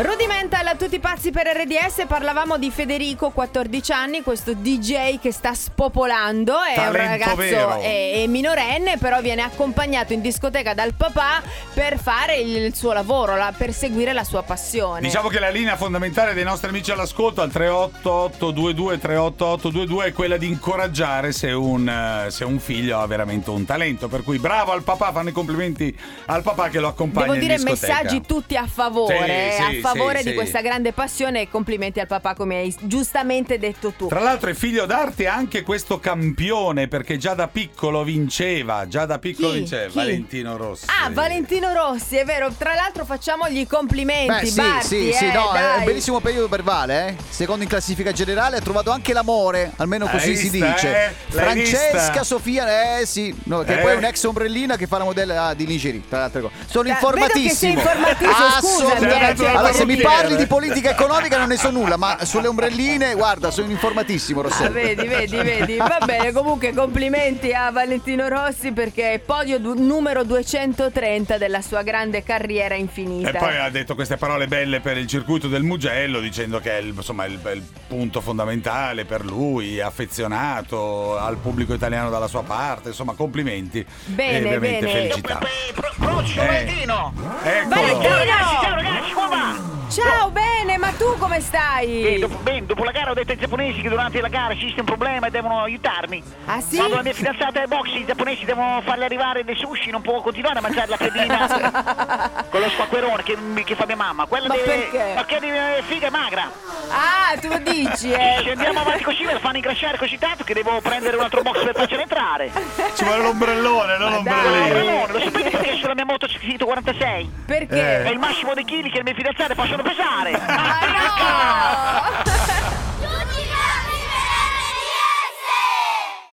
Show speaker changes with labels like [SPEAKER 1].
[SPEAKER 1] Rudimental a tutti pazzi per RDS, parlavamo di Federico, 14 anni, questo DJ che sta spopolando, è
[SPEAKER 2] Talento
[SPEAKER 1] un ragazzo
[SPEAKER 2] vero.
[SPEAKER 1] è, è minorenne, però viene accompagnato in discoteca dal papà per fare il, il suo lavoro, la- per seguire la sua passione.
[SPEAKER 2] Diciamo che la linea fondamentale dei nostri amici all'ascolto al 38822 38822 è quella di incoraggiare se un, eh, se un figlio ha veramente un talento. Per cui bravo al papà, fanno i complimenti al papà che lo accompagna
[SPEAKER 1] Devo dire
[SPEAKER 2] in discoteca.
[SPEAKER 1] messaggi tutti a favore, eh,
[SPEAKER 2] Sì, sì,
[SPEAKER 1] a favore
[SPEAKER 2] sì,
[SPEAKER 1] di
[SPEAKER 2] sì.
[SPEAKER 1] questa grande passione e complimenti al papà come hai giustamente detto tu.
[SPEAKER 2] Tra l'altro è figlio d'arte anche questo campione perché già da piccolo vinceva, già da piccolo
[SPEAKER 1] Chi?
[SPEAKER 2] vinceva
[SPEAKER 1] Chi?
[SPEAKER 2] Valentino Rossi.
[SPEAKER 1] Ah, Valentino Rossi, è vero. Tra l'altro facciamogli i complimenti.
[SPEAKER 3] Beh, sì,
[SPEAKER 1] Barti,
[SPEAKER 3] sì, sì,
[SPEAKER 1] eh,
[SPEAKER 3] no, è
[SPEAKER 1] dai.
[SPEAKER 3] un bellissimo periodo per Vale, eh. Secondo in classifica generale ha trovato anche l'amore, almeno
[SPEAKER 2] L'hai
[SPEAKER 3] così si
[SPEAKER 2] vista,
[SPEAKER 3] dice.
[SPEAKER 2] eh? L'hai
[SPEAKER 3] Francesca
[SPEAKER 2] vista?
[SPEAKER 3] Sofia, eh sì, no, che
[SPEAKER 2] Eh.
[SPEAKER 3] poi è un'ex ombrellina che fa la modella ah, di Nigeri, tra l'altro. ecco. Sono
[SPEAKER 1] Eh,
[SPEAKER 3] informatissimo.
[SPEAKER 1] vedo che sei informatissimo, scusami,
[SPEAKER 2] Cioè,
[SPEAKER 3] Assolutamente.
[SPEAKER 1] eh,
[SPEAKER 3] Allora, se mi parli
[SPEAKER 2] Roberto.
[SPEAKER 3] di politica economica non ne so nulla, ma sulle ombrelline, guarda, sono informatissimo,
[SPEAKER 1] Ah,
[SPEAKER 3] Rossella.
[SPEAKER 1] vedi, vedi, vedi. Va bene, comunque complimenti a Valentino Rossi perché è podio du- numero 230 della sua grande carriera infinita.
[SPEAKER 2] E poi ha detto queste parole belle per il circuito del Mugello, dicendo che è il, insomma, il, il punto fondamentale per lui, è affezionato al pubblico italiano dalla sua parte, insomma complimenti
[SPEAKER 1] Bene,
[SPEAKER 2] e ovviamente
[SPEAKER 1] bene.
[SPEAKER 2] felicità.
[SPEAKER 4] Procio,
[SPEAKER 2] Eh.
[SPEAKER 4] Valentino!
[SPEAKER 2] Eccolo!
[SPEAKER 1] Valentino!
[SPEAKER 2] Eh.
[SPEAKER 4] Ragazzi, Eh, ciao ragazzi, come va?
[SPEAKER 1] Ciao, bene, ma tu come
[SPEAKER 4] Eh,
[SPEAKER 1] stai?
[SPEAKER 4] dopo, bene, dopo la gara ho detto ai giapponesi che durante la gara esiste un problema e devono aiutarmi.
[SPEAKER 1] Ah sì?
[SPEAKER 4] Quando la mia fidanzata è box, i giapponesi devono farle arrivare dei sushi, non può continuare a mangiare la pedina con lo squacquerone che, che fa mia mamma. Quella
[SPEAKER 1] Ma
[SPEAKER 4] deve,
[SPEAKER 1] perché?
[SPEAKER 4] Perché deve, eh, figa è magra.
[SPEAKER 1] Ah, tu dici, eh.
[SPEAKER 4] Se andiamo avanti così me la fanno ingrasciare così tanto che devo prendere un altro box per farcela entrare.
[SPEAKER 2] Ci vuole l'ombrellone, non
[SPEAKER 1] Ma
[SPEAKER 2] l'ombrellino.
[SPEAKER 1] dai.
[SPEAKER 4] Allora, lo sapete perché sulla mia moto c'è scritto 46?
[SPEAKER 1] Perché?
[SPEAKER 4] Eh. È il massimo dei chili che le mie fidanzate possono pesare.
[SPEAKER 1] Ah, no!